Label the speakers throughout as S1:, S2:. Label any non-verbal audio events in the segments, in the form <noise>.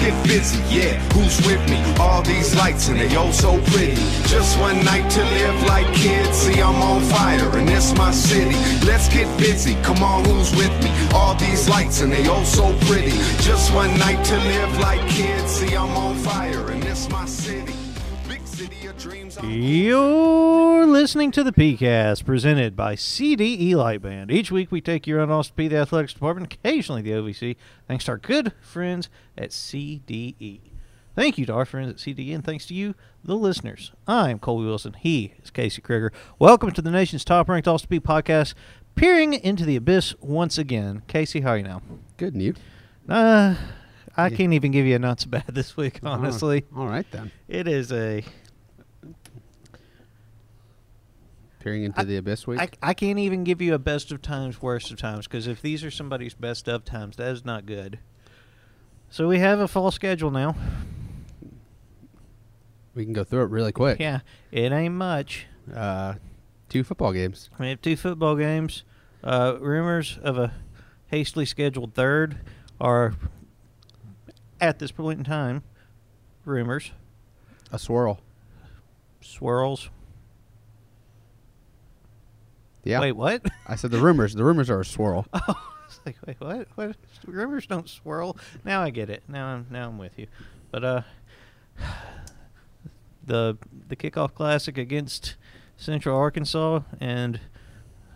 S1: get busy, yeah. Who's with me? All these lights and they oh so pretty. Just one night to live like kids. See, I'm on fire and it's my city. Let's get busy. Come on, who's with me? All these lights and they oh so pretty. Just one night to live like kids. See, I'm on fire and it's my city. Big city of dreams. I'm-
S2: You're listening to the PCAST presented by CDE Lightband. Each week we take your unlost to P, the athletics department, occasionally the OVC, thanks to our good friends at CDE. Thank you to our friends at CDE, and thanks to you, the listeners. I'm Colby Wilson. He is Casey Krieger. Welcome to the nation's top ranked all to P podcast, peering into the abyss once again. Casey, how are you now?
S3: Good, and you?
S2: Uh, I can't even give you a nuts bad this week,
S3: Uh-huh.
S2: honestly.
S3: All right, then.
S2: It is a
S3: Peering into the abyss week.
S2: I, I can't even give you a best of times, worst of times, because if these are somebody's best of times, that is not good. So we have a fall schedule now.
S3: we can go through it really quick.
S2: Yeah, it ain't much.
S3: Uh, two football games.
S2: We have two football games. Uh, rumors of a hastily scheduled third are, at this point in time, rumors,
S3: A swirl.
S2: swirls.
S3: Yeah.
S2: Wait, what?
S3: I said the rumors. The rumors are
S2: <laughs>
S3: a swirl.
S2: Oh, it's like wait, what? What? Rumors don't swirl. Now I get it. Now I'm now I'm with you. But uh, <sighs> the the kickoff classic against Central Arkansas and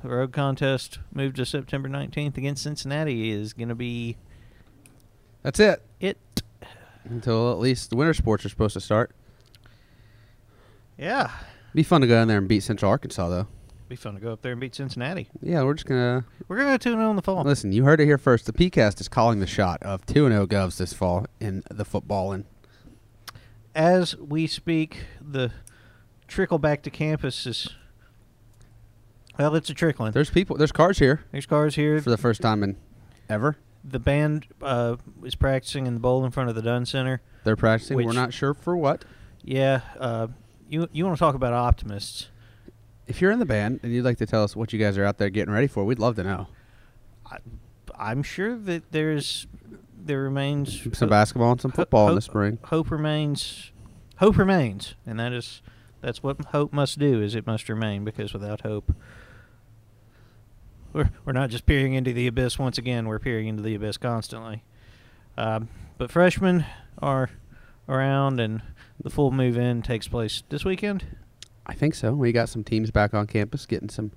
S2: the road contest moved to September 19th against Cincinnati is going to be
S3: That's it.
S2: it.
S3: Until at least the winter sports are supposed to start.
S2: Yeah,
S3: Be fun to go down there and beat Central Arkansas, though.
S2: be fun to go up there and beat Cincinnati.
S3: Yeah, we're just gonna
S2: We're going to tune oh in on the fall.
S3: listen. You heard it here first. The PCast is calling the shot of two and zero govs this fall in the footballing.
S2: As we speak, the trickle back to campus is well, it's a trickling.
S3: There's people. There's cars here
S2: There's cars here.
S3: for the first time in ever.
S2: the band uh, is practicing in the bowl in front of the Dunn Center.
S3: They're practicing.
S2: Which-
S3: we're not sure for what.
S2: Yeah, uh, you you want to talk about optimists?
S3: If you're in the band and you'd like to tell us what you guys are out there getting ready for, we'd love to know.
S2: I, I'm sure that there's there remains
S3: Some basketball and some football in the spring.
S2: Hope remains, hope remains, and that is that's what hope must do is it must remain because without hope. We're, we're not just peering into the abyss once again. We're peering into the abyss constantly. Um, but freshmen are around, and the full move in takes place this weekend.
S3: I think so. We got some teams back on campus getting some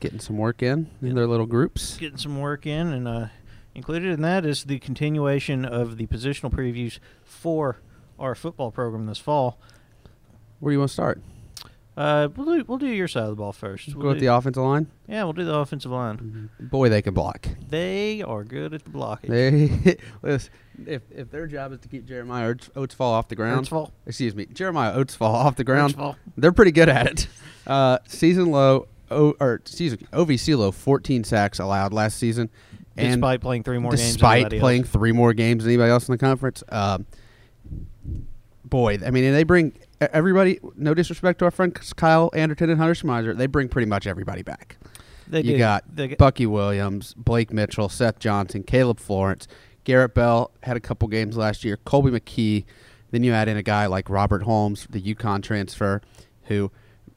S3: getting some work in in their little groups.
S2: Getting some work in, and uh, included in that is the continuation of the positional previews for our football program this fall.
S3: Where do you want to start?
S2: Uh, we'll do, we'll do your side of the ball first. We'll
S3: Go with
S2: do-
S3: the Mm-hmm. offensive line.
S2: Yeah, we'll do the offensive line.
S3: Boy, they can block.
S2: They are good at the blocking.
S3: They <laughs> listen, if if their job is to keep Jeremiah Oats, Oatsfall off the ground.
S2: Oatsfall.
S3: Excuse me, Jeremiah Oatsfall off the ground.
S2: Oatsfall.
S3: They're pretty good at it. Uh, season low, o, or season OVC low, 14 sacks allowed last season. And
S2: Despite playing three more games than
S3: despite
S2: anybody
S3: playing
S2: else.
S3: three more games than anybody else in the conference. Um, boy, I mean, and they bring e- everybody. No disrespect to our friends Kyle Anderton and Hunter Schmeiser, they bring pretty much everybody back.
S2: They
S3: you
S2: do.
S3: got
S2: They g-
S3: Bucky Williams, Blake Mitchell, Seth Johnson, Caleb Florence, Garrett Bell had a couple games last year. Colby McKee. Then you add in a guy like Robert Holmes, the UConn transfer, who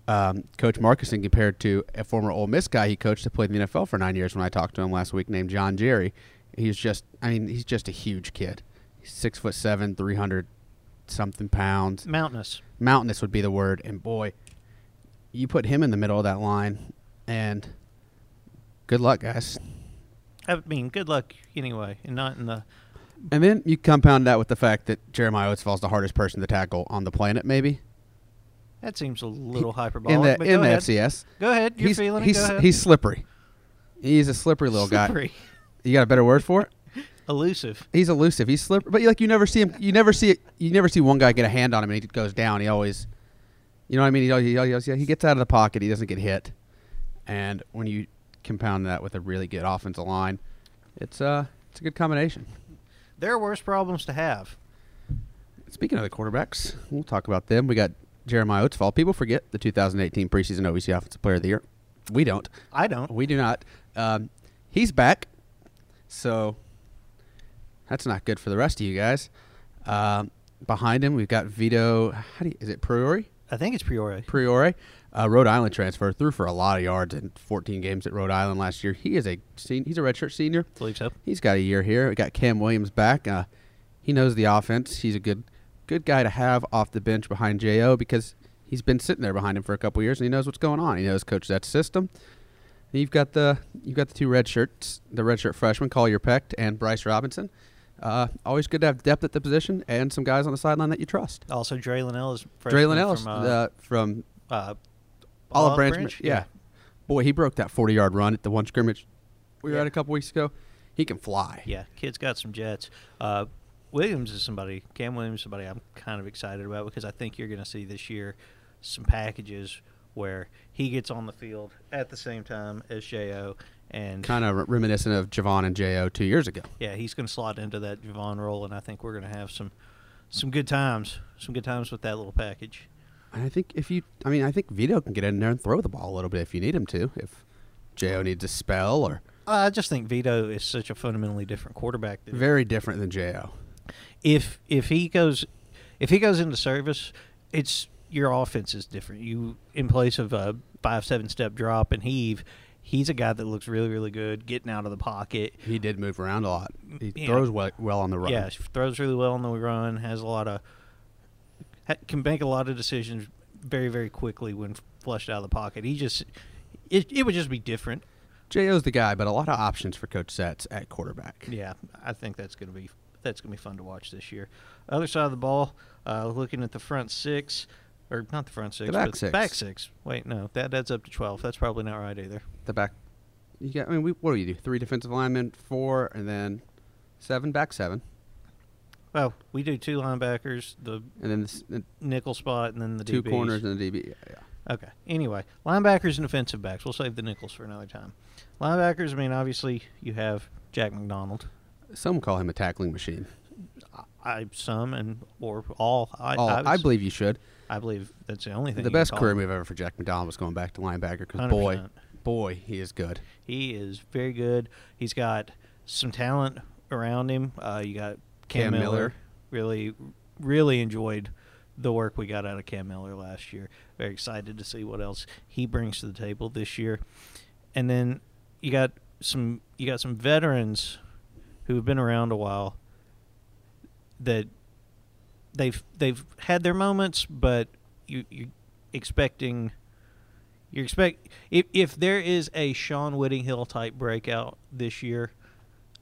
S3: um, Coach Marcuson compared to a former Ole Miss guy he coached that played in the NFL for nine years. When I talked to him last week, named John Jerry, he's just I mean he's just a huge kid. He's six foot seven, three hundred something pounds
S2: mountainous.
S3: mountainous would be the word. And boy, you put him in the middle of that line, and good luck, guys.
S2: I mean, good luck anyway, and not in the.
S3: And then you compound that with the fact that Jeremiah Oatsfall's the hardest person to tackle on the planet, maybe
S2: That seems a little hyperbolic.
S3: in the
S2: but
S3: in
S2: go
S3: the
S2: ahead.
S3: FCS.
S2: Go ahead. You're
S3: he's,
S2: feeling
S3: he's,
S2: it. Go ahead.
S3: He's slippery. He's a slippery little
S2: Slippery.
S3: guy. You got a better word for it?
S2: <laughs> elusive.
S3: He's elusive. He's slippery, but like you never see him. You never see it. You never see one guy get a hand on him and he goes down. He always, you know what I mean. He always, he always he gets out of the pocket. He doesn't get hit. And when you compound that with a really good offensive line, it's uh it's a good combination.
S2: There are worse problems to have.
S3: Speaking of the quarterbacks, we'll talk about them. We got Jeremiah Oatsfall. People forget the 2018 preseason OVC Offensive Player of the Year. We don't.
S2: I don't.
S3: We do not. Um, he's back. So That's not good for the rest of you guys. Um, behind him, we've got Vito. How do you, is it Priori?
S2: I think it's Priori.
S3: Priori, uh, Rhode Island transfer, threw for a lot of yards in 14 games at Rhode Island last year. He is a sen- he's a redshirt senior.
S2: believe so.
S3: He's got a year here. We got Cam Williams back. Uh, he knows the offense. He's a good good guy to have off the bench behind Jo because he's been sitting there behind him for a couple years and he knows what's going on. He knows coach that system. And you've got the you've got the two red shirts, the redshirt freshman Collier Pecht and Bryce Robinson. Uh, always good to have depth at the position and some guys on the sideline that you trust.
S2: Also, Draylen Ellis. freshman
S3: Draylen Ellis
S2: From,
S3: from,
S2: uh,
S3: uh, from
S2: uh,
S3: Olive Branch, yeah. Boy, he broke that 40 yard run at the one scrimmage we were
S2: Yeah.
S3: at a couple weeks ago. He can fly.
S2: Yeah, kid's got some jets. Uh, Williams is somebody, Cam Williams is somebody I'm kind of excited about because I think you're going to see this year some packages where he gets on the field at the same time as J.O. And,
S3: Kind of reminiscent of Javon and Jo two years ago.
S2: yeah, he's going to slot into that Javon role, and I think we're going to have some some good times, some good times with that little package.
S3: And I think if you, I mean, I think Vito can get in there and throw the ball a little bit if you need him to. If Jo needs a spell or
S2: I just think Vito is such a fundamentally different quarterback than
S3: very different than Jo.
S2: if if he goes if he goes into service, it's your offense is different. You in place of a five seven step drop and heave, he's a guy that looks really really good getting out of the pocket.
S3: He did move around a lot. He
S2: Yeah.
S3: throws well, well on the run.
S2: Yeah, throws really well on the run. Has a lot of ha- can make a lot of decisions very very quickly when flushed out of the pocket. He just it, it would just be different.
S3: Jo's the guy, but a lot of options for Coach Sets at quarterback.
S2: Yeah, I think that's going to be that's going to be fun to watch this year. Other side of the ball, uh, looking at the front six, or not the front six,
S3: The back
S2: but
S3: six.
S2: back six. Wait, no, that adds up to twelve. That's probably not right either.
S3: The back, you got. I mean, we, what do you do? Three defensive linemen, four, and then seven back seven,
S2: Well, Oh, we do two linebackers, the
S3: and then this, the
S2: nickel spot, and then the
S3: two
S2: DBs.
S3: corners and the DB. Yeah, yeah.
S2: Okay. Anyway, linebackers and defensive backs. We'll save the nickels for another time. Linebackers. I mean, obviously you have Jack McDonald.
S3: Some call him a tackling machine.
S2: I some and or all. I
S3: Oh,
S2: I,
S3: I,
S2: was-
S3: believe you should.
S2: I believe that's the only thing.
S3: The
S2: you can
S3: best
S2: call
S3: career
S2: him.
S3: move ever for Jack McDonald was going back to linebacker because boy,
S2: 100%.
S3: boy, he is good.
S2: He is very good. He's got some talent around him. Uh, you got Cam,
S3: Cam
S2: Miller.
S3: Miller.
S2: Really, really enjoyed the work we got out of Cam Miller last year. Very excited to see what else he brings to the table this year. And then you got some you got some veterans who have been around a while that they've they've had their moments, but you you expecting you expect if if there is a Sean Whittinghill type breakout this year,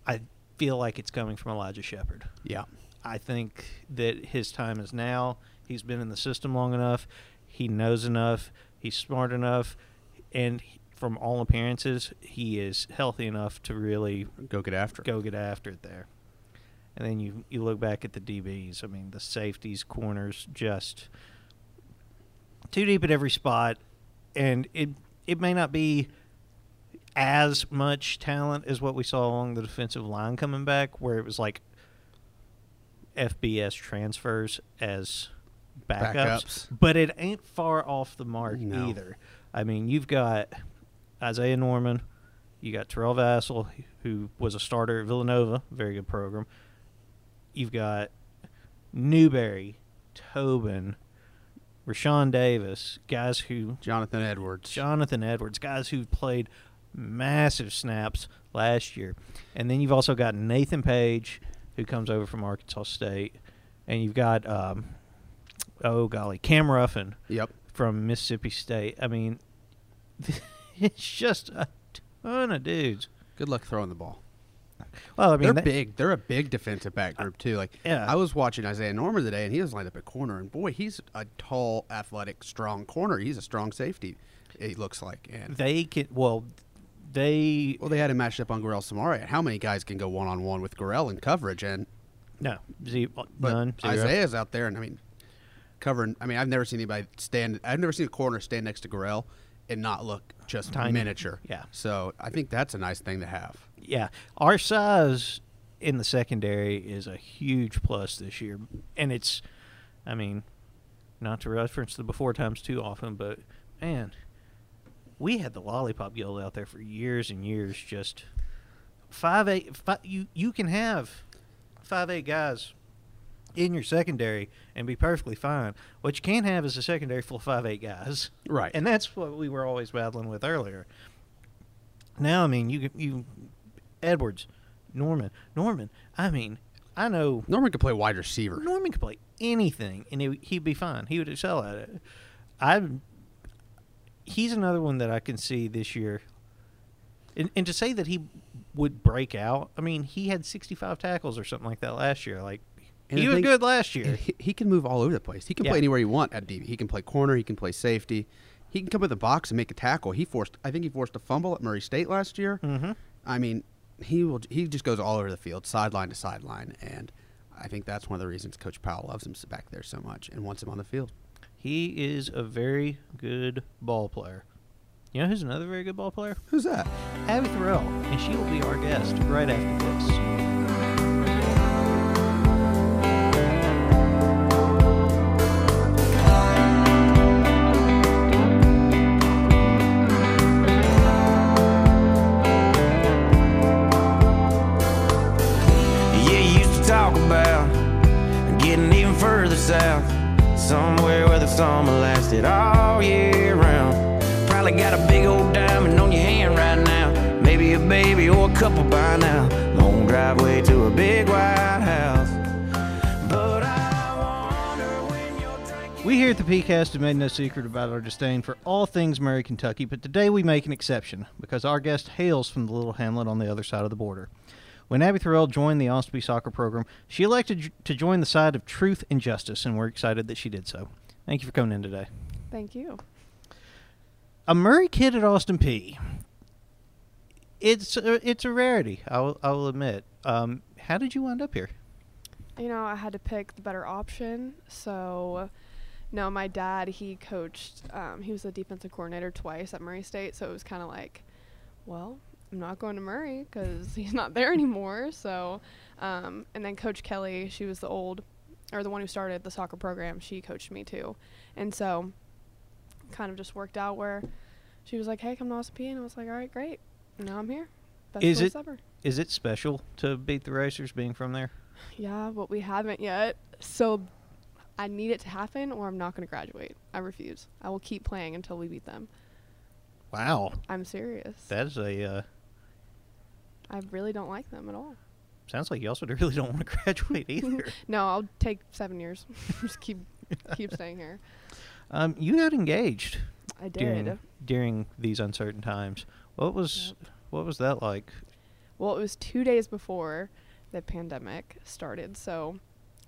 S2: I feel like it's coming from Elijah Shepard.
S3: Yeah.
S2: I think that his time is now. He's been in the system long enough. He knows enough. He's smart enough, and he- from all appearances, he is healthy enough to really
S3: Go get after it.
S2: go get after it there. And then you you look back at the DBs. I mean, the safeties, corners, just too deep at every spot, and it it may not be as much talent as what we saw along the defensive line coming back, where it was like FBS transfers as backups,
S3: Backups.
S2: but it ain't far off the mark
S3: No.
S2: either. I mean, you've got Isaiah Norman, you got Terrell Vassell, who was a starter at Villanova, very good program. You've got Newberry, Tobin, Rashawn Davis, guys who
S3: Jonathan Edwards.
S2: Jonathan Edwards, guys who played massive snaps last year. And then you've also got Nathan Page, who comes over from Arkansas State. And you've got, um, oh golly, Cam Ruffin
S3: yep.
S2: from Mississippi State. I mean, <laughs> it's just a ton of dudes.
S3: Good luck throwing the ball.
S2: Well, I mean,
S3: They're
S2: that-
S3: big. They're a big defensive back group too. Like
S2: Yeah.
S3: I was watching Isaiah Norman today, and he was lined up at corner, and boy, he's a tall, athletic, strong corner. He's a strong safety. It looks like, and
S2: they can. Well, they
S3: well, they had him matched up on Gorell Samaria. How many guys can go one on one with Gorell in coverage? And
S2: no ze-
S3: but
S2: none zero.
S3: Isaiah's out there, and I mean, covering. I mean, I've never seen anybody stand. I've never seen a corner stand next to Gorell and not look just
S2: Tiny.
S3: miniature.
S2: Yeah.
S3: So I think that's a nice thing to have.
S2: Yeah, our size in the secondary is a huge plus this year, and it's, I mean, not to reference the before times too often, but man, we had the lollipop guild out there for years and years. Just five eight, five, you you can have top 5A guys in your secondary and be perfectly fine. What you can't have is a secondary full of 5'8 guys.
S3: Right.
S2: And that's what we were always battling with earlier. Now, I mean, you you Edwards, Norman, Norman. I mean, I know
S3: Norman could play wide receiver.
S2: Norman could play anything, and he, he'd be fine. He would excel at it. I. He's another one that I can see this year. And, and to say that he would break out, I mean, he had 65 tackles or something like that last year. Like,
S3: And
S2: he
S3: the
S2: was
S3: thing-
S2: good last year.
S3: And He, he can move all over the place. He can
S2: Yeah.
S3: play anywhere you want at DB. He can play corner. He can play safety. He can come in the box and make a tackle. He forced. I think he forced a fumble at Murray State last year. Mm-hmm. I mean, he will. He just goes all over the field, sideline to sideline, and I think that's one of the reasons Coach Powell loves him s- back there so much and wants him on the field.
S2: He is a very good ball player. You know who's another very good ball player?
S3: Who's that?
S2: Abby Thorell, and she will be our guest right after this.
S4: Yeah, you used to talk about getting even further south, somewhere where the summer lasted all year round. Probably got a big old diamond on your hand right now, maybe a baby or a couple by now. Long driveway to a big white house. But I wonder when you're drinking.
S2: We here at the PCast have made no secret about our disdain for all things Murray, Kentucky, but today we make an exception because our guest hails from the little hamlet on the other side of the border. When Abby Thorell joined the Ospie soccer program, she elected j- to join the side of truth and justice, and we're excited that she did so. Thank you for coming in today.
S5: Thank you.
S2: a Murray kid at Austin P. It's a, it's a rarity. I will, I will admit. Um, how did you wind up here?
S5: You know, I had to pick the better option. So, no, my dad, he coached, um, he was the defensive coordinator twice at Murray State. So it was kind of like, well, I'm not going to Murray because he's not there anymore. So, um, and then Coach Kelly, she was the old, or the one who started the soccer program, she coached me too. And so, kind of just worked out where she was like, hey, come to Austin P. And I was like, all right, great. Now I'm here. Best
S2: Is
S5: place
S2: it-
S5: ever.
S2: Is it special to beat the Racers being from there?
S5: Yeah, but we haven't yet. So I need it to happen or I'm not going to graduate. I refuse. I will keep playing until we beat them.
S2: Wow,
S5: I'm serious.
S2: that is a uh,
S5: I really don't like them at all.
S2: sounds like you also really don't want to <laughs> graduate either.
S5: <laughs> No, I'll take 7 years. <laughs> Just keep
S2: <laughs>
S5: keep staying here.
S2: um, you got engaged
S5: I did.
S2: during during these uncertain times. What was what was that like?
S5: Well, it was 2 days before the pandemic started. So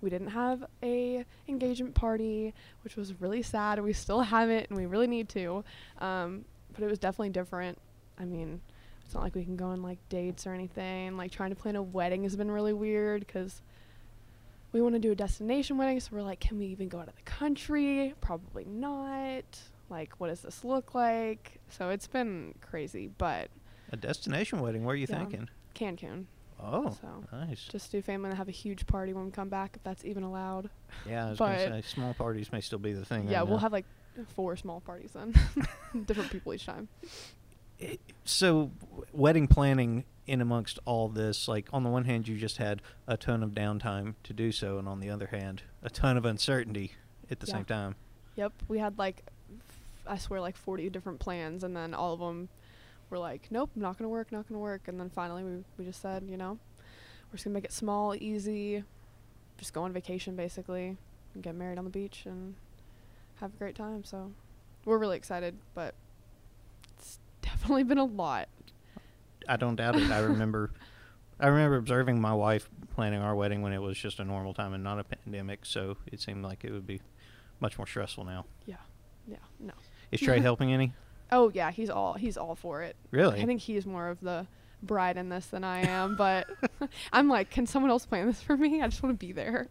S5: we didn't have a engagement party, which was really sad. We still have it and we really need to. Um, but it was definitely different. I mean, it's not like we can go on like dates or anything. Like trying to plan a wedding has been really weird because we want to do a destination wedding, so we're like, can we even go out of the country? Probably not. Like, what does this look like? So it's been crazy, but
S2: A destination wedding? What are you
S5: Yeah.
S2: thinking?
S5: Cancun.
S2: Oh,
S5: So,
S2: nice.
S5: Just do family and have a huge party when we come back, if that's even allowed.
S2: Yeah, I was going to
S5: but-
S2: say small parties may still be the thing.
S5: yeah,
S2: right
S5: we'll
S2: now.
S5: have like four small parties
S2: <laughs>
S5: then, <laughs> different people each time.
S2: so w- wedding planning in amongst all this like on the one hand you just had a ton of downtime to do so and on the other hand a ton of uncertainty at the
S5: Yeah.
S2: same time
S5: Yep, we had like, f- I swear, like 40 different plans, and then all of them were like, nope, not gonna work, not gonna work. And then finally, we, we just said, you know, we're just gonna make it small, easy, just go on vacation basically, and get married on the beach and have a great time. So we're really excited, but it's definitely been a lot.
S2: i don't doubt it i remember i remember observing my wife planning our wedding when it was just a normal time and not a pandemic so it seemed like it would be much more stressful now
S5: Yeah, yeah, no.
S2: is
S5: <laughs>
S2: trey helping any
S5: Oh yeah, he's all he's all for it.
S2: Really?
S5: I think he's more of the bride in this than I am,
S2: <laughs>
S5: but <laughs> I'm like, can someone else plan this for me? I just want to be
S2: <laughs>
S5: there.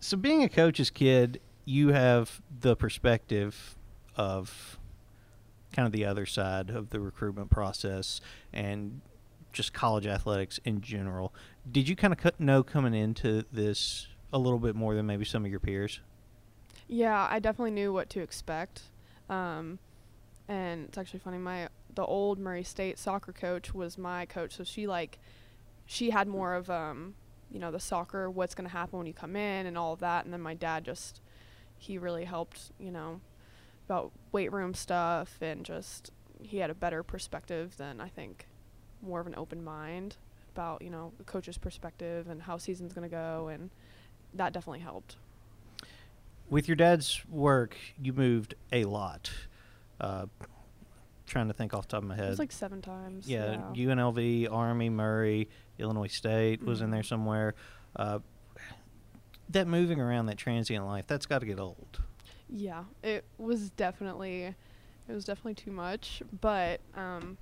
S2: So, being a coach's kid, you have the perspective of kind of the other side of the recruitment process and just college athletics in general. Did you kind of cut, know coming into this a little bit more than maybe some of your peers?
S5: Yeah, I definitely knew what to expect. Um, and it's actually funny. My the old Murray State soccer coach was my coach, so she like she had more of um, you know, the soccer, what's gonna happen when you come in and all of that, and then my dad just he really helped, you know, about weight room stuff and just he had a better perspective than I think more of an open mind about, you know, the coach's perspective and how season's gonna go and that definitely helped.
S2: With your dad's work, you moved a lot. Uh, trying to think off the top of my
S5: It
S2: head.
S5: was like seven times.
S2: yeah, UNLV, Army, Murray, Illinois State was in
S5: Mm-hmm.
S2: there somewhere. Uh, that moving around, that transient life, that's got to get old.
S5: Yeah, it was definitely, it was definitely too much. But um,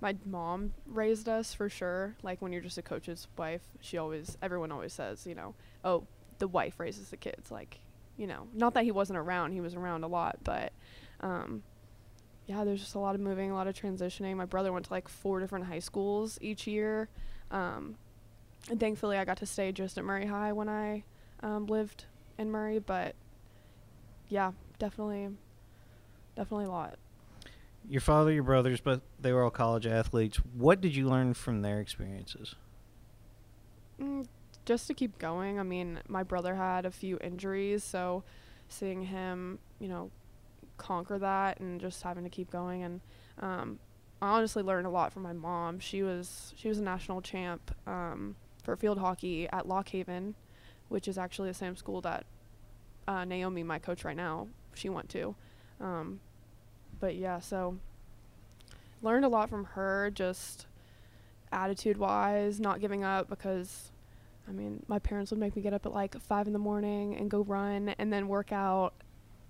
S5: my mom raised us for sure. Like when you're just a coach's wife, she always, everyone always says, you know, oh, the wife raises the kids. Like, you know, not that he wasn't around, he was around a lot, but um, yeah, there's just a lot of moving, a lot of transitioning. My brother went to like four different high schools each year. Um, and thankfully, I got to stay just at Murray High when I um, lived in Murray, but yeah, definitely, definitely a lot.
S2: Your father, your brothers, but they were all college athletes. What did you learn from their experiences?
S5: Mm, just to keep going, I mean, my brother had a few injuries, so seeing him, you know, conquer that and just having to keep going and um, I honestly learned a lot from my mom. She was she was a national champ um, for field hockey at Lock Haven, which is actually the same school that uh, Naomi, my coach right now, she went to. Um, but yeah, so learned a lot from her just attitude wise, not giving up because I mean, my parents would make me get up at like five in the morning and go run and then work out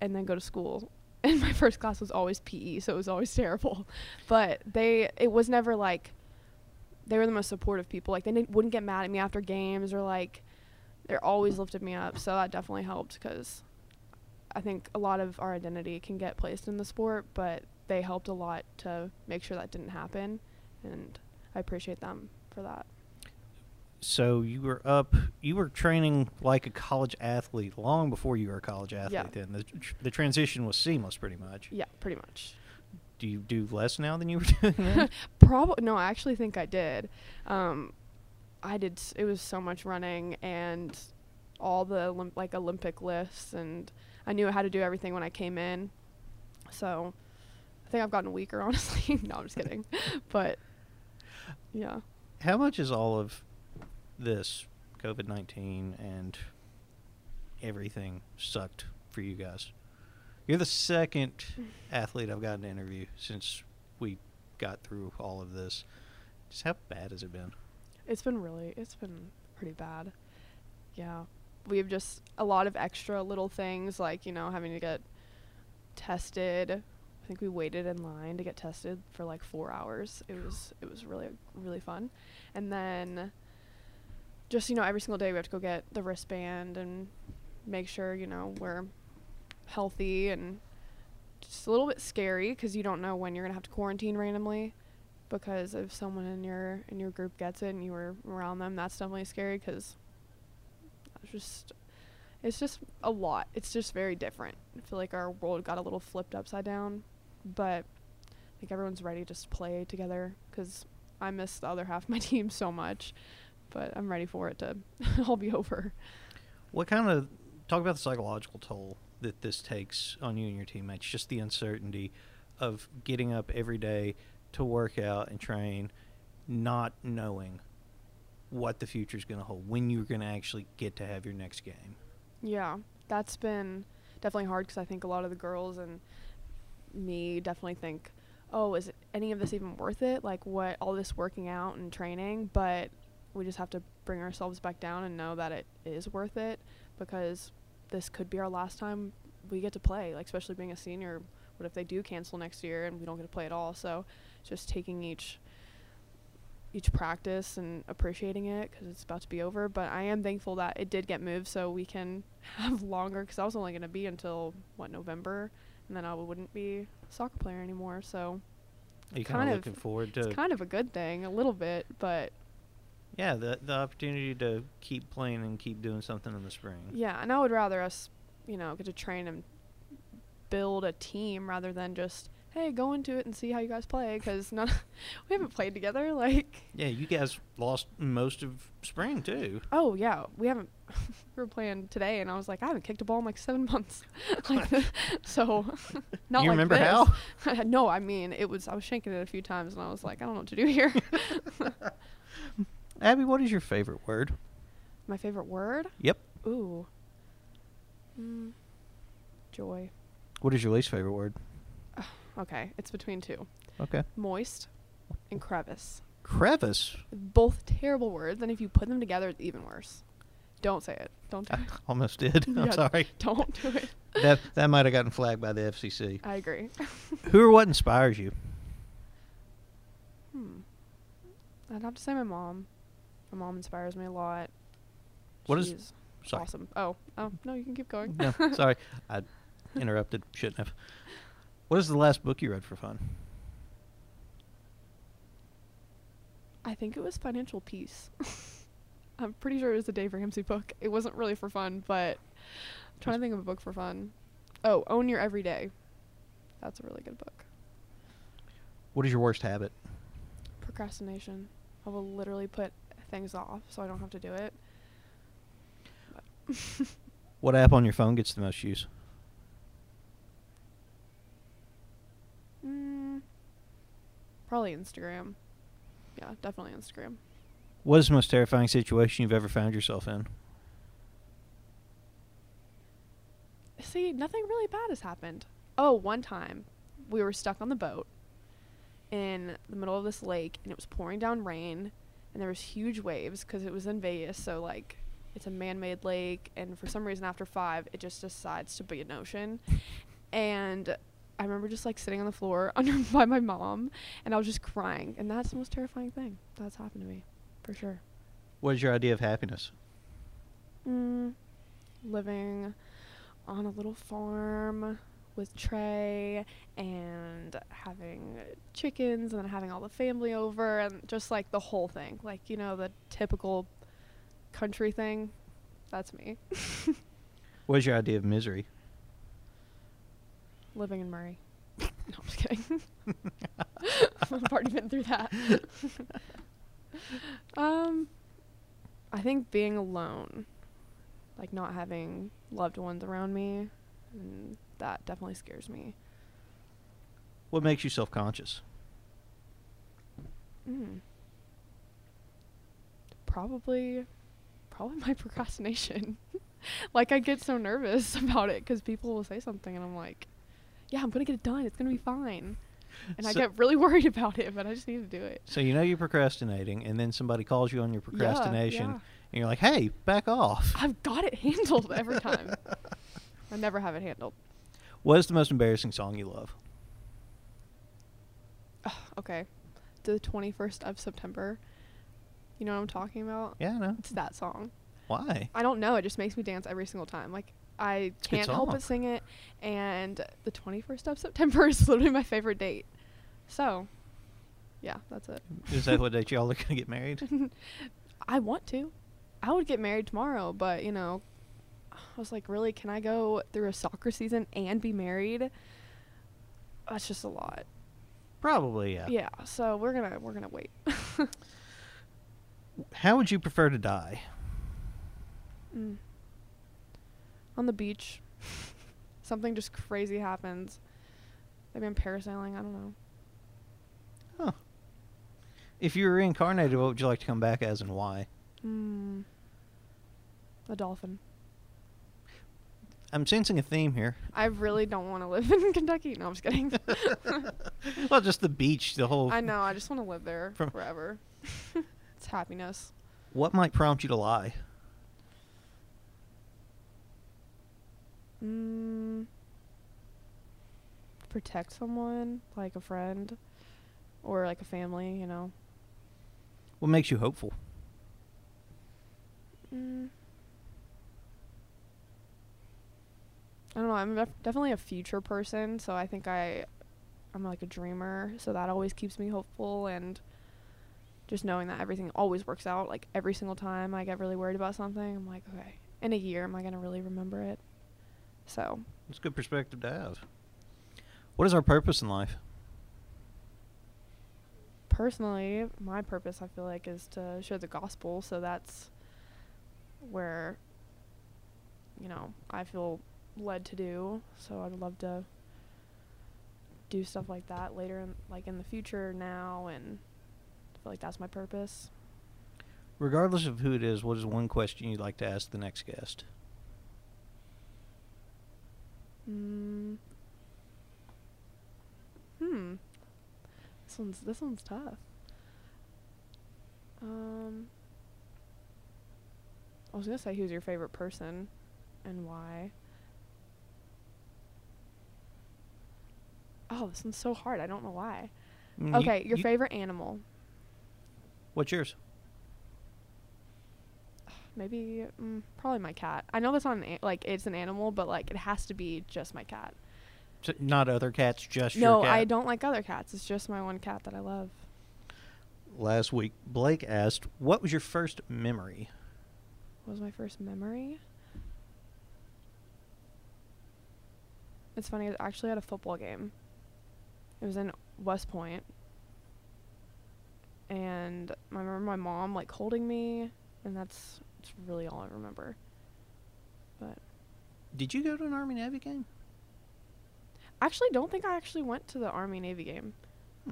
S5: and then go to school. <laughs> And my first class was always PE, so it was always terrible. But they, it was never like, they were the most supportive people. Like, they didn't, wouldn't get mad at me after games or like, they always lifted me up. So that definitely helped because I think a lot of our identity can get placed in the sport, but they helped a lot to make sure that didn't happen. And I appreciate them for that.
S2: So you were up, you were training like a college athlete long before you were a college athlete.
S5: Yeah.
S2: Then the, tr- the transition was seamless, pretty much.
S5: Yeah, pretty much.
S2: Do you do less now than you were <laughs> doing?
S5: <laughs>
S2: Then?
S5: Probably no. I actually think I did. Um, I did. s- It was so much running and all the Olymp- like Olympic lifts, and I knew how to do everything when I came in. So I think I've gotten weaker, <laughs> honestly. no, I'm just kidding. but yeah,
S2: How much is all of this COVID nineteen and everything sucked for you guys? You're the second athlete I've gotten to interview since we got through all of this. Just how bad has it been?
S5: it's been really. It's been pretty bad. Yeah, we have just a lot of extra little things like you know having to get tested. I think we waited in line to get tested for like four hours. It was it was really really fun, and then just you know every single day we have to go get the wristband and make sure you know we're healthy and just a little bit scary because you don't know when you're gonna have to quarantine randomly because if someone in your in your group gets it and you were around them that's definitely scary because it's just it's just a lot it's just very different i feel like our world got a little flipped upside down but i think everyone's ready just to play together because i miss the other half of my <laughs> team so much but i'm ready for it to <laughs> all be over
S2: What kind of talk about the psychological toll that this takes on you and your teammates? Just the uncertainty of getting up every day to work out and train, not knowing what the future's going to hold, when you're going to actually get to have your next game.
S5: Yeah, that's been definitely hard because I think a lot of the girls and me definitely think, oh, is any of this even worth it? Like, what all this working out and training? But we just have to bring ourselves back down and know that it is worth it because this could be our last time we get to play. Like, especially being a senior, what if they do cancel next year and we don't get to play at all? So, just taking each each practice and appreciating it because it's about to be over. But I am thankful that it did get moved so we can <laughs> have longer because I was only going to be until what November, and then I wouldn't be a soccer player anymore. So
S2: Are you
S5: Kind
S2: kind of
S5: of-
S2: looking forward to
S5: it's kind of a good thing, a little bit, but
S2: yeah the the opportunity to keep playing and keep doing something in the spring?
S5: yeah. And I would rather us, you know, get to train and build a team rather than just hey, go into it and see how you guys play because none <laughs> we haven't played together. Like,
S2: Yeah, you guys lost most of spring
S5: <laughs>
S2: too.
S5: oh yeah, we haven't. <laughs> we were playing today, and I was like, I haven't kicked a ball in like seven <laughs> months. like, <laughs> th- so not
S2: You
S5: like
S2: remember
S5: this. how? <laughs> no, I mean it was. I was shanking it a few times, and I was like, I don't know what to do here. <laughs>
S2: Abby, what is your favorite word?
S5: My favorite word?
S2: Yep.
S5: Ooh. Mm. Joy. <sighs>
S2: What is your least favorite word?
S5: Okay, it's between two.
S2: Okay.
S5: Moist and crevice.
S2: Crevice.
S5: Both terrible words, and if you put them together, it's even worse. Don't say it. Don't do
S2: <laughs> I
S5: it.
S2: almost did. I'm
S5: <laughs> Yeah,
S2: sorry.
S5: Don't do it.
S2: That that might have gotten flagged by the FCC.
S5: I agree. <laughs>
S2: Who or what inspires you?
S5: Hmm. I'd have to say my mom. My mom inspires me a lot.
S2: What is-
S5: She's
S2: Sorry.
S5: awesome. Oh, oh no, you can keep going. <laughs>
S2: No, sorry. I interrupted. Shouldn't have. What is the last book you read for fun?
S5: I think it was Financial Peace. <laughs> I'm pretty sure it was the Dave Ramsey book. It wasn't really for fun, but I'm trying to think of a book for fun. Oh, Own Your Everyday. That's a really good book.
S2: What is your worst habit?
S5: Procrastination. I will literally put things off so I don't have to do it. <laughs>
S2: What app on your phone gets the most use?
S5: Mm, probably Instagram. Yeah, definitely Instagram.
S2: What is the most terrifying situation you've ever found yourself in?
S5: See, nothing really bad has happened. Oh, one time we were stuck on the boat in the middle of this lake and it was pouring down rain and there was huge waves because it was in Vegas, so like it's a man-made lake and for some reason after 5 it just decides to be an ocean. And I remember just like sitting on the floor <laughs> under by my mom and I was just crying and that's the most terrifying thing that's happened to me for sure.
S2: What is your idea of happiness?
S5: Mm, living on a little farm with Trey and having chickens and then having all the family over and just like the whole thing. Like, you know, the typical country thing. That's me. <laughs>
S2: What is your idea of misery?
S5: Living in Murray. <laughs> No, I'm just kidding. <laughs> I've already been through that. um, I think being alone, like not having loved ones around me, mm, that definitely scares me.
S2: What makes you self conscious?
S5: Mm. Probably, probably my <laughs> procrastination. <laughs> like I get so nervous <laughs> about it because people will say something and I'm like, "Yeah, I'm gonna get it done. It's gonna be fine." And I
S2: So-
S5: get really <laughs> worried about it, but I just need to do it.
S2: So you know you're procrastinating, and then somebody calls you on your
S5: Yeah,
S2: procrastination,
S5: yeah.
S2: and you're like, "Hey, back off."
S5: <laughs> I've got it handled
S2: <laughs>
S5: every time. I never have it handled.
S2: What is the most embarrassing song you love?
S5: Ugh, okay, the 21st of September. You know what I'm talking about?
S2: Yeah, I know.
S5: It's that song.
S2: Why?
S5: I don't know. It just makes me dance every single time. Like I
S2: a good
S5: can't help
S2: song.
S5: but sing it. And the 21st of September <laughs> is literally my favorite date. So, yeah, that's it.
S2: Is that what date y'all are gonna get married?
S5: <laughs> I want to. I would get married tomorrow, but you know, I was like, really, can I go through a soccer season and be married? That's just a lot.
S2: Probably, yeah.
S5: Yeah. So we're gonna we're gonna wait. <laughs>
S2: How would you prefer to die?
S5: Mm. On the beach, <laughs> something just crazy happens. Maybe I'm parasailing. I don't know.
S2: Huh. If you were reincarnated, what would you like to come back as, and why?
S5: Mm. A dolphin.
S2: I'm sensing a theme
S5: <laughs>
S2: here. <laughs>
S5: I really don't want to live <laughs> in Kentucky. No, I'm just kidding.
S2: well, just the beach, the whole.
S5: I know. I just want to live there
S2: From-
S5: forever. <laughs> it's happiness.
S2: What might prompt you to lie?
S5: Mm. Protect someone, like a friend, or like a family. You know.
S2: What makes you hopeful?
S5: Mm. I don't know. I'm def- definitely a future person, so I think I, I'm like a dreamer, so that always keeps me hopeful and just knowing that everything always works out. Like every single time I get really worried about something, I'm like, okay, in a year, am I gonna really remember it? So
S2: It's a good perspective to have. What is our purpose in life?
S5: personally, my purpose I feel like is to share the gospel. So that's where you know I feel led to do. So I'd love to do stuff like that later, in, like in the future now, and I feel like that's my purpose.
S2: Regardless of who it is, what is one question you'd like to ask the next guest?
S5: Mm. Hmm. This one's this one's tough. Um. I was gonna say who's your favorite person, and why. Oh, this one's so hard. I don't know why.
S2: Mm, you-
S5: Okay, your
S2: you-
S5: favorite animal.
S2: What's yours?
S5: Maybe, mm, probably my cat. I know that's not an a- like it's an animal, but like it has to be just my cat.
S2: S- Not other cats, just
S5: no,
S2: your cat.
S5: I don't like other cats. It's just my one cat that I love.
S2: Last week, Blake asked, "What was your first memory?"
S5: What was my first memory? It's funny, I was actually at a football game. It was in West Point. And I remember my mom like holding me and that's, that's really all I remember. But
S2: Did you go to an Army Navy game?
S5: I actually don't think I actually went to the Army Navy game.
S2: Hmm.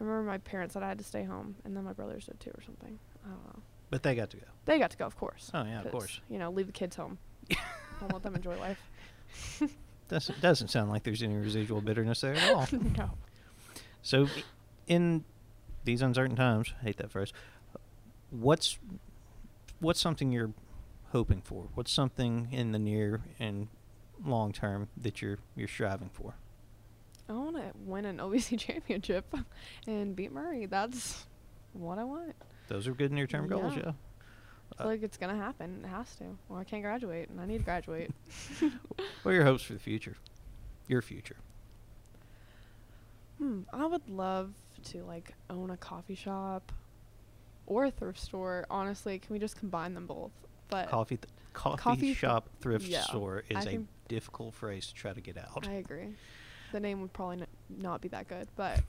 S5: I remember my parents said I had to stay home and then my brothers did too or something. I don't know.
S2: But they got to go.
S5: They got to go, of course.
S2: Oh, yeah, of
S5: 'cause,
S2: course.
S5: You know, leave the kids home. don't let them enjoy life.
S2: <laughs> Doesn't doesn't sound like there's any
S5: <laughs>
S2: residual bitterness there at all.
S5: no.
S2: So, i- in these uncertain times, I hate that phrase. What's what's something you're hoping for? What's something in the near and long term that you're you're striving for?
S5: I want to win an OVC <laughs> championship and beat Murray. That's what I want.
S2: Those are good near term goals,
S5: Yeah.
S2: yeah.
S5: I feel like it's gonna happen. It has to, or I can't graduate, and I need to graduate.
S2: What are your hopes for the future? Your future.
S5: hmm, I would love to like own a coffee shop or a thrift store. Honestly, can we just combine them both? But
S2: Coffee, th- coffee,
S5: Uh, Coffee th-
S2: shop thrift
S5: yeah,
S2: store
S5: I
S2: is a
S5: think-
S2: difficult phrase to try to get out.
S5: I agree. The name would probably n- not be that good, but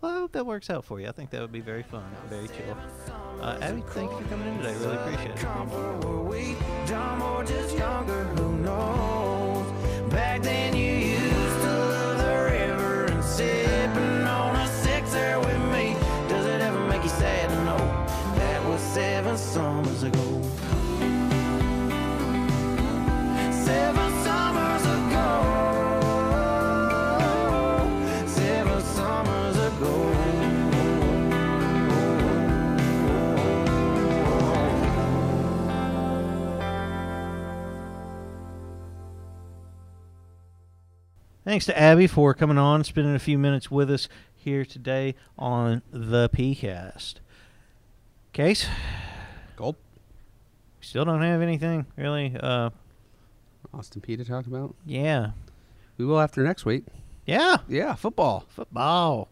S2: Well, I hope that works out for you. I think that would be very fun, very chill. Uh, Abby, thank you for coming in today. Really appreciate it.
S4: Comfort, were we dumb or just younger? Who knows? Back then you used to love the river and sipping on a sixer with me. Does it ever make you sad to know that was seven summers ago? Seven summers ago. Seven summers ago.
S2: Thanks to Abby for coming on, spending a few minutes with us here today on the PCast. Case,
S3: Gulp.
S2: still don't have anything really. Uh,
S3: Austin P to talk about.
S2: yeah,
S3: We will after next week.
S2: yeah,
S3: Yeah, football,
S2: football.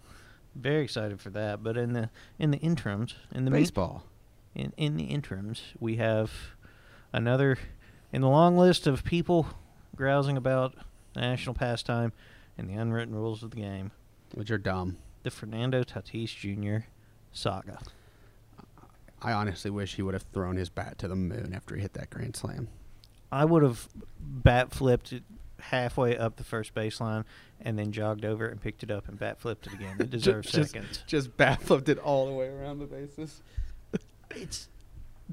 S2: Very excited for that. But in the in the interims, in the mean-
S3: baseball.
S2: in in the interims, we have another in the long list of people grousing about national pastime and the unwritten rules of the game.
S3: which are dumb.
S2: The Fernando Tatis Jr. saga.
S3: I honestly wish he would have thrown his bat to the moon after he hit that grand slam.
S2: I would have bat flipped it halfway up the first baseline and then jogged over and picked it up and bat flipped it again. It deserves
S3: just,
S2: seconds.
S3: Just bat flipped it all the way around the bases.
S2: It's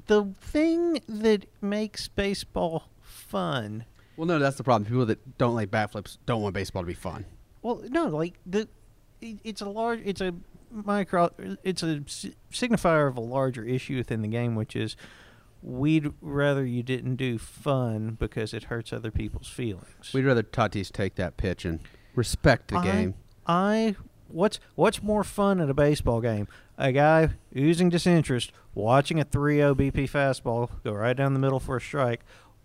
S2: the thing that makes baseball fun.
S3: Well, no, that's the problem. People that don't like bat flips don't want baseball to be fun.
S2: Well, no, like the it, it's a large it's a micro it's a si- signifier of a larger issue within the game which is we'd rather you didn't do fun because it hurts other people's feelings.
S3: We'd rather Tatis take that pitch and respect the
S2: I-
S3: game.
S2: I what's what's more fun at a baseball game? A guy oozing disinterest watching a 3-0 BP fastball go right down the middle for a strike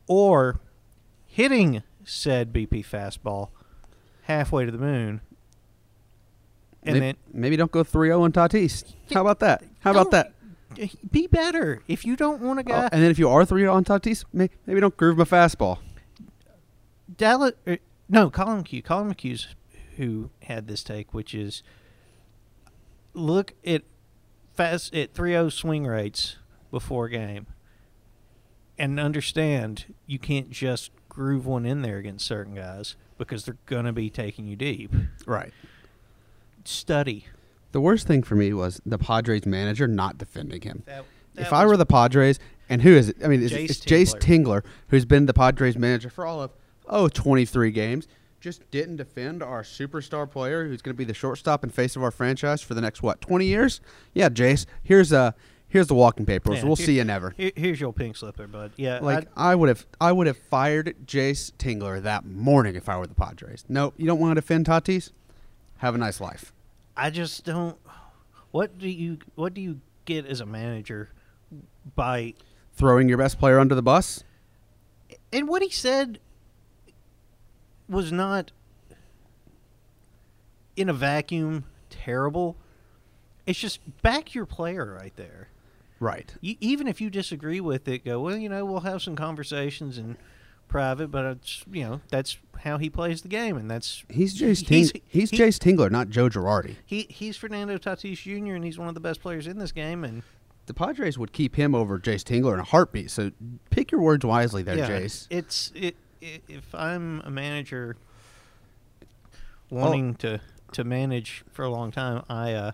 S2: or hitting said BP fastball halfway to the moon. And
S3: maybe,
S2: then
S3: maybe don't go 3-0 on Tatis. How about that? How about that?
S2: that? Be better. If you don't want a
S3: Oh,
S2: guy
S3: and then if you are 3-0 on Tatis, may, maybe don't groove my fastball.
S2: Dallas, er, no, Colin McHugh. Colin McHugh's who had this take, which is look at fast at 3-0 swing rates before game and understand you can't just groove one in there against certain guys because they're going to be taking you deep.
S3: Right.
S2: Study.
S3: The worst thing for me was the Padres manager not defending him.
S2: That-
S3: if
S2: that
S3: I
S2: was-
S3: were the Padres, and who is it? I mean, it's
S2: Jace
S3: Jace, it's Jace
S2: Tingler.
S3: Tingler, who's been the Padres manager for all of, oh, 23 games, just didn't defend our superstar player who's going to be the shortstop and face of our franchise for the next, what, 20 years? Yeah, Jace, here's uh, here's the walking papers.
S2: Yeah,
S3: we'll
S2: here-
S3: see you never.
S2: here- here's your pink slip there, bud. Yeah.
S3: Like
S2: I-
S3: I would have, I would have fired Jace Tingler that morning if I were the Padres. No, you don't want to defend Tatis. Have a nice life.
S2: I just don't. What do you What do you get as a manager by?
S3: Throwing your best player under the bus.
S2: And what he said was not in a vacuum terrible. It's just back your player right there.
S3: Right.
S2: You, even if you disagree with it, go well. You know, we'll have some conversations in private, but it's you know that's how he plays the game, and that's
S3: He's Jace. Ting-
S2: He's-
S3: he's,
S2: he-
S3: Jace Tingler, not Joe Girardi.
S2: He he's Fernando Tatis Jr. and he's one of the best players in this game. And
S3: The Padres would keep him over Jace Tingler in a heartbeat. So pick your words wisely, there,
S2: yeah,
S3: Jace.
S2: it's it, i if I'm a manager
S3: Oh.
S2: wanting to to manage for a long time, I uh,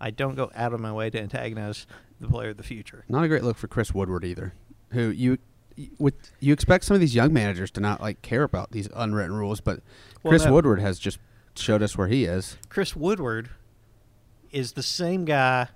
S2: I don't go out of my way to antagonize the player of the future.
S3: not a great look for Chris Woodward either. Who you y- with you expect some of these young managers to not like care about these unwritten rules, but
S2: Well,
S3: Chris
S2: no.
S3: Woodward has just showed us where he is.
S2: Chris Woodward is the same guy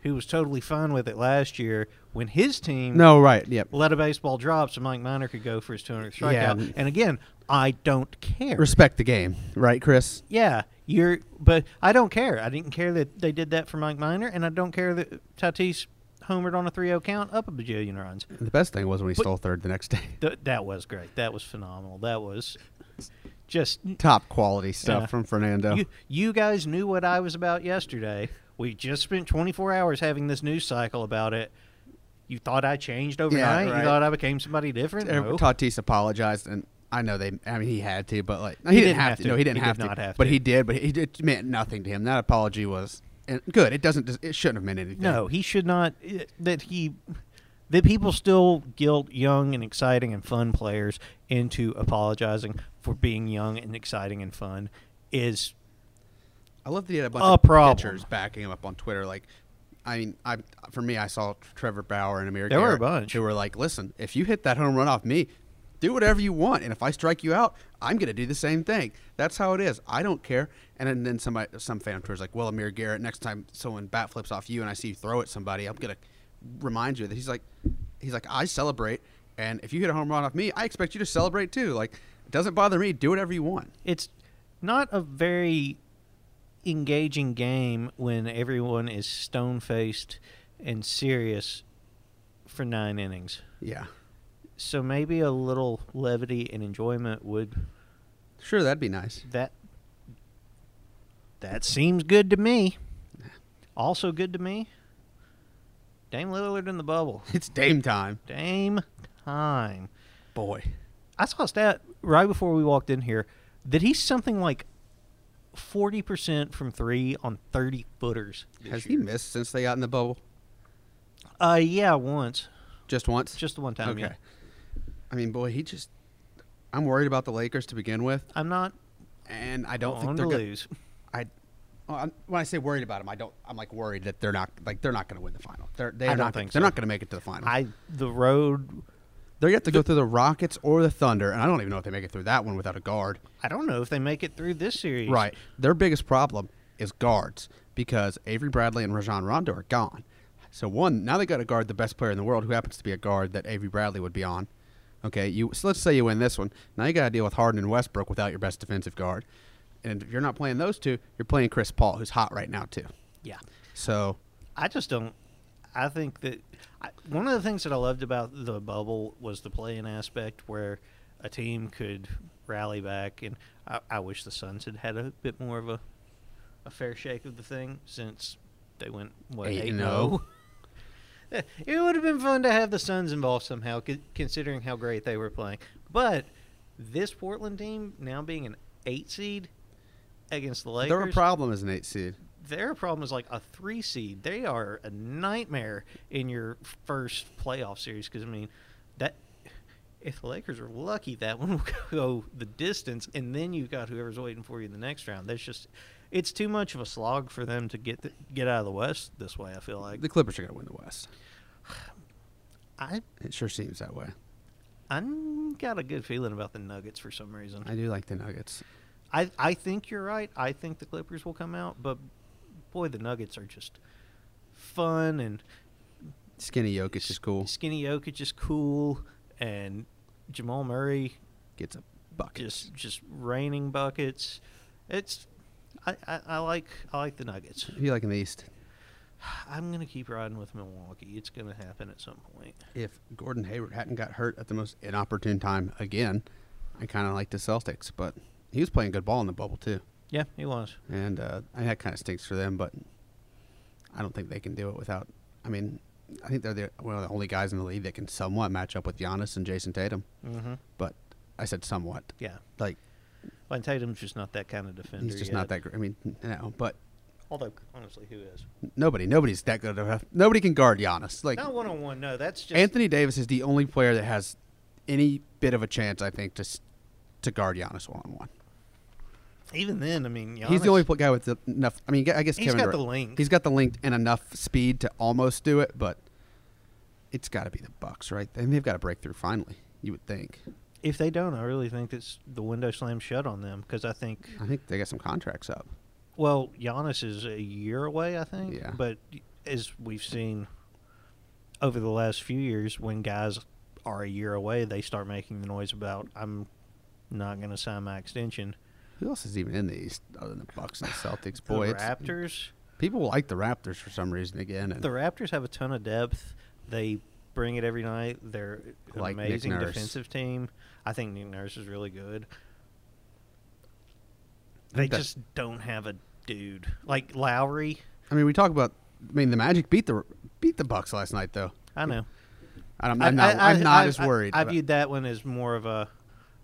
S2: who was totally fine with it last year when his team
S3: No, right? Yep.
S2: let a baseball drop so Mike Miner could go for his 200th strikeout.
S3: Yeah.
S2: And again, I don't care.
S3: Respect the game, right, Chris?
S2: Yeah, you're. But I don't care. I didn't care that they did that for Mike Miner, and I don't care that Tatis homered on a 3-0 count up a bajillion runs.
S3: The best thing was when he
S2: But-
S3: stole third the next day. <laughs>
S2: Th- that was great. That was phenomenal. That was just
S3: Top quality stuff
S2: Yeah.
S3: from Fernando.
S2: you. You guys knew what I was about yesterday. We just spent 24 hours having this news cycle about it. You thought I changed overnight?
S3: right.
S2: You thought I became somebody different?
S3: Ev-
S2: No.
S3: Tatis apologized, and I know they. I mean, he had to, but like no,
S2: He
S3: he, didn't
S2: didn't
S3: have,
S2: have
S3: to.
S2: to.
S3: No, he didn't
S2: He did
S3: have to.
S2: not have
S3: but
S2: to.
S3: he did. But he, it meant nothing to him. That apology was and good. It doesn't. It shouldn't have meant anything.
S2: No, he should not. i- That he, that people still guilt young and exciting and fun players into apologizing for being young and exciting and fun is
S3: I love that he had a bunch
S2: A
S3: of
S2: problem.
S3: pitchers backing him up on Twitter. Like, I mean, I for me, I saw Trevor Bauer and Amir.
S2: There were a
S3: Garrett,
S2: bunch.
S3: who were like, "Listen, if you hit that home run off me, do whatever you want, and if I strike you out, I'm going to do the same thing." That's how it is. I don't care. And, then then somebody, some fan on Twitter's like, "Well, Amir Garrett, next time someone bat flips off you and I see you throw at somebody, I'm going to remind you that he's like, he's like, I celebrate, and if you hit a home run off me, I expect you to celebrate too. Like, it doesn't bother me. Do whatever you want."
S2: it's not a very engaging game when everyone is stone faced and serious for nine innings.
S3: Yeah.
S2: So maybe a little levity and enjoyment would
S3: Sure, that'd be nice.
S2: That that seems good to me. Also good to me. Dame Lillard in the bubble.
S3: <laughs> It's Dame time.
S2: Dame time.
S3: Boy.
S2: I saw a stat right before we walked in here that he's something like forty percent from three on thirty footers. this
S3: Has
S2: year.
S3: he missed since they got in the bubble?
S2: Uh, yeah, once,
S3: Just once?
S2: just the one time.
S3: okay.
S2: yeah.
S3: I mean, boy, he just. I'm worried about the Lakers to begin with,
S2: I'm not.
S3: and I
S2: I
S3: don't think
S2: to
S3: they're going
S2: lose.
S3: I. Well, I'm, when I say worried about them, I don't. I'm like worried that they're not like they're not going to win the final. They're they're
S2: don't
S3: not.
S2: think
S3: they're
S2: so.
S3: not going to make it to the final.
S2: I the road.
S3: they're going to have to go through the Rockets or the Thunder, and I don't even know if they make it through that one without a guard.
S2: I don't know if they make it through this series.
S3: Right. Their biggest problem is guards because Avery Bradley and Rajon Rondo are gone. So one, now they got to guard the best player in the world, who happens to be a guard that Avery Bradley would be on. Okay, you. So let's say you win this one. Now you got to deal with Harden and Westbrook without your best defensive guard, and if you're not playing those two, you're playing Chris Paul, who's hot right now too.
S2: Yeah.
S3: So
S2: I just don't. I think that I, one of the things that I loved about the bubble was the playing aspect, where a team could rally back, and I, I wish the Suns had had a bit more of a a fair shake of the thing since they went what
S3: Eight
S2: eight
S3: and oh.
S2: zero. <laughs> It would have been fun to have the Suns involved somehow, c- considering how great they were playing. But this Portland team now being an eight seed against the Lakers,
S3: their problem is an eight seed.
S2: their problem is like a three seed. They are a nightmare in your first playoff series because I mean that if the Lakers are lucky, that <laughs> one will go the distance, and then you've got whoever's waiting for you in the next round. That's just it's too much of a slog for them to get the, get out of the West this way. I feel like
S3: The Clippers are going to win the West.
S2: I
S3: It sure seems that way.
S2: I got a good feeling about the Nuggets for some reason.
S3: I do like the Nuggets.
S2: I, I think you're right. I think the Clippers will come out, but boy, the Nuggets are just fun and
S3: Skinny Jokic is cool.
S2: Skinny Jokic is cool, and Jamal Murray
S3: Gets a bucket.
S2: just just raining buckets. It's I, I, I like I like the Nuggets.
S3: Who you like in the East?
S2: I'm gonna keep riding with Milwaukee. It's gonna happen at some point.
S3: If Gordon Hayward hadn't got hurt at the most inopportune time again, I kind of like the Celtics, but he was playing good ball in the bubble too,
S2: Yeah, he was.
S3: and uh, and that kind of stinks for them. But I don't think they can do it without. I mean, I think they're the, one of the only guys in the league that can somewhat match up with Giannis and Jason Tatum.
S2: hmm
S3: But I said somewhat.
S2: Yeah,
S3: Like
S2: and Tatum's just not that kind of defender.
S3: he's just
S2: yet.
S3: not that great. I mean, no, but
S2: Although honestly, who is?
S3: nobody, nobody's that good enough. Nobody can guard Giannis. Like
S2: Not one on one. No, that's just
S3: Anthony Davis is the only player that has any bit of a chance, I think, to s- to guard Giannis one on one.
S2: even then. I mean, Giannis,
S3: He's the only pl- guy with the, enough. I mean, I guess
S2: He's
S3: Kevin
S2: got
S3: Durant-
S2: the length.
S3: He's got the length and enough speed to almost do it, but it's got to be the Bucks, right? And they've got to break through finally. You would think.
S2: If they don't, I really think that's the window slams shut on them because I think,
S3: I think they got some contracts up.
S2: well, Giannis is a year away, I think.
S3: Yeah.
S2: But as we've seen over the last few years, when guys are a year away, they start making the noise about, I'm not going to sign my extension.
S3: Who else is even in the East other than the Bucks and the Celtics? Boy,
S2: the
S3: it's- Mm.
S2: Raptors.
S3: People like the Raptors for some reason again. And
S2: The Raptors have a ton of depth. They bring it every night. They're an
S3: Like Nick
S2: amazing
S3: Nurse.
S2: defensive team. I think Nick Nurse is really good.
S3: I
S2: They
S3: think that-
S2: just don't have a dude like Lowry.
S3: I mean, we talk about. I mean, the Magic beat the beat the Bucks last night, though.
S2: I know.
S3: And I'm,
S2: I-
S3: I'm not.
S2: I,
S3: I, am not
S2: I-
S3: as
S2: I-
S3: worried.
S2: I,
S3: about-
S2: viewed that one as more of a,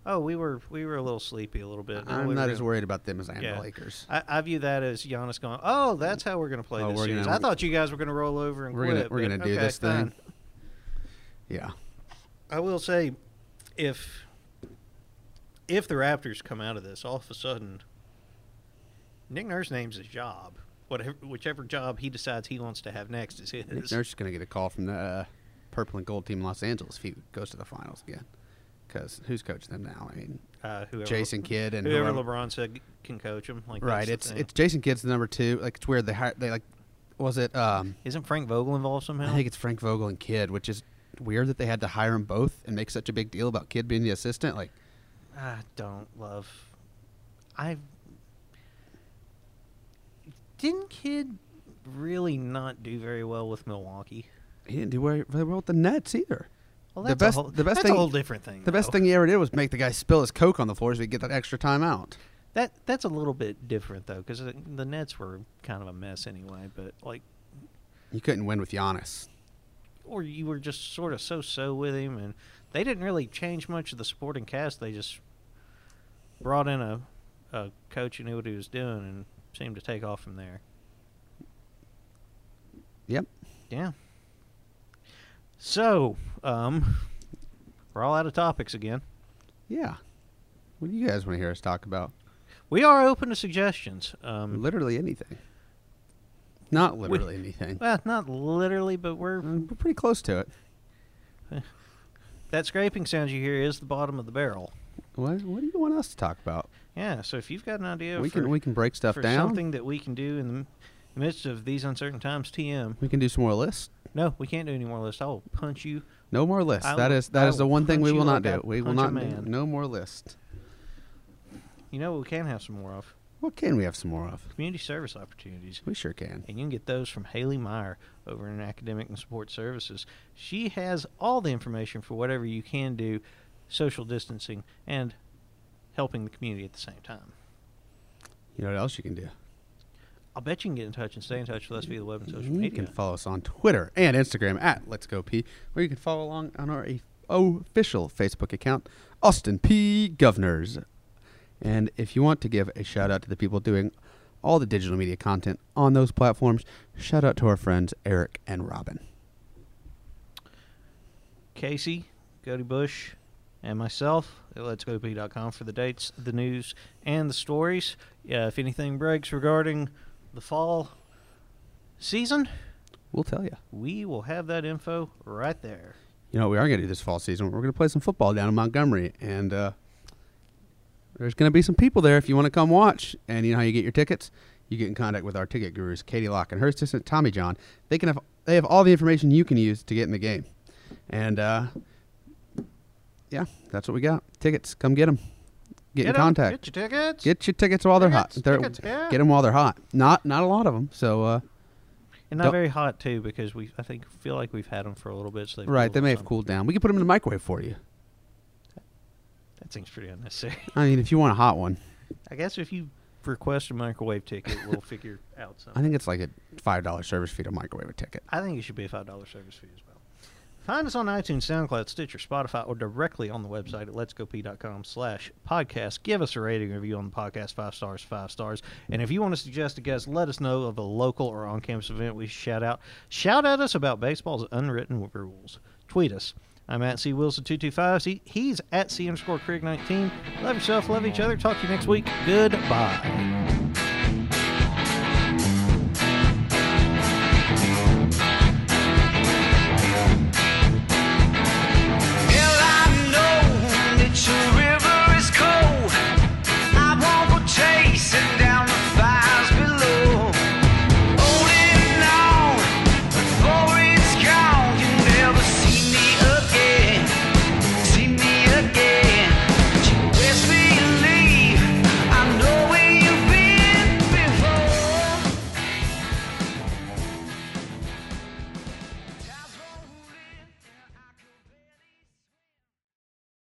S2: oh, we were we were a little sleepy a little bit. Oh,
S3: I'm
S2: we
S3: not
S2: were
S3: as
S2: gonna-"
S3: worried about them as I am
S2: Yeah.
S3: the Lakers.
S2: I, I view that as Giannis going, oh, that's how we're going to play
S3: Oh,
S2: this
S3: we're
S2: series.
S3: gonna-
S2: I thought you guys were going to roll over and
S3: We're
S2: quit.
S3: gonna we're
S2: but
S3: gonna do
S2: okay,
S3: this
S2: fine.
S3: thing. Yeah,
S2: I will say, if if the Raptors come out of this, all of a sudden, Nick Nurse names his job. Whatever, whichever job he decides he wants to have next is his.
S3: Nick Nurse is gonna get a call from the uh, purple and gold team in Los Angeles if he goes to the finals again. Because who's coaching them now? I mean,
S2: uh, whoever,
S3: Jason Kidd and
S2: whoever
S3: whoever-
S2: LeBron said can coach him. Like that's
S3: right?
S2: the
S3: It's
S2: thing.
S3: it's Jason Kidd's the number two. Like it's weird they hired they like was it? Um,
S2: isn't Frank Vogel involved somehow?
S3: I think it's Frank Vogel and Kidd, which is weird that they had to hire them both and make such a big deal about Kidd being the assistant. Like
S2: I don't love. I didn't Kidd really not do very well with Milwaukee.
S3: he didn't do very very well with the Nets either.
S2: Well,
S3: The
S2: that's
S3: best-
S2: a whole,
S3: the best
S2: that's
S3: thing-
S2: a whole different thing.
S3: The best
S2: though.
S3: thing he ever did was make the guy spill his coke on the floor so he could get that extra time out.
S2: That that's a little bit different though, because the, the Nets were kind of a mess anyway. But like,
S3: You couldn't win with Giannis.
S2: or you were just sort of so-so with him, and they didn't really change much of the supporting cast. They just brought in a a coach who knew what he was doing and seemed to take off from there.
S3: Yep.
S2: Yeah. So, um, we're all out of topics again.
S3: Yeah. What do you guys want to hear us talk about?
S2: We are open to suggestions. Um,
S3: Literally anything. Not literally anything.
S2: <laughs> well, not literally, but we're
S3: Mm, We're pretty close to it.
S2: that scraping sound you hear is the bottom of the barrel.
S3: What, what do you want us to talk about?
S2: Yeah, so if you've got an idea
S3: we
S2: for,
S3: can we can break stuff
S2: for
S3: down.
S2: something that we can do in the m- midst of these uncertain times, TM.
S3: We can do some more lists.
S2: No, we can't do any more lists. I will punch you.
S3: No more lists.
S2: I
S3: that
S2: will-
S3: is that
S2: I
S3: is the
S2: will
S3: one thing we
S2: punch
S3: will
S2: you
S3: not
S2: like I
S3: do. We will
S2: punch a
S3: not do
S2: man.
S3: no more lists.
S2: You know what we can have some more of?
S3: What can we have some more of?
S2: Community service opportunities.
S3: We sure can.
S2: And you can get those from Haley Meyer over in Academic and Support Services. She has all the information for whatever you can do, social distancing, and helping the community at the same time.
S3: You know what else you can do?
S2: I'll bet you can get in touch and stay in touch with us via the web and social
S3: Mm-hmm. You
S2: media.
S3: can follow us on Twitter and Instagram at Let's Go P, or you can follow along on our a- official Facebook account, Austin P Governors. And if you want to give a shout out to the people doing all the digital media content on those platforms. Shout out to our friends Eric and Robin.
S2: Casey, Cody Bush, and myself at letsgop.com for the dates, the news, and the stories. Yeah, if anything breaks regarding the fall season,
S3: We'll tell you.
S2: we will have that info right there.
S3: You know what we are going to do this fall season? We're going to play some football down in Montgomery, and uh, there's going to be some people there if you want to come watch. And you know how you get your tickets? You get in contact with our ticket gurus, Katie Locke and her assistant Tommy John. They can have they have all the information you can use to get in the game. And uh, yeah, that's what we got. Tickets, come get them. Get, in
S2: 'em,
S3: contact.
S2: Get your tickets.
S3: Get your tickets while they're hot.
S2: Tickets,
S3: They're,
S2: tickets, yeah.
S3: Get them while they're hot. Not not a lot of them. So uh,
S2: and not
S3: don't-
S2: very hot too, because we I think feel like we've had them for a little bit. So they've
S3: right, they may have
S2: some.
S3: cooled down. We can put them in the microwave for you.
S2: That seems pretty unnecessary. <laughs>
S3: I mean, if you want a hot one,
S2: I guess if you request a microwave ticket, we'll figure out something.
S3: I think it's like a five dollar service fee to microwave a ticket.
S2: I think it should be a five dollar service fee as well. Find us on iTunes, SoundCloud, Stitcher, Spotify, or directly on the website at letsgop.com slash podcast. Give us a rating review on the podcast, five stars, five stars. And if you want to suggest a guest, let us know of a local or on campus event we should shout out. Shout at us about baseball's unwritten rules. Tweet us. I'm at C Wilson225. See- He's at C underscore Craig19. Love yourself, love each other. Talk to you next week. Goodbye.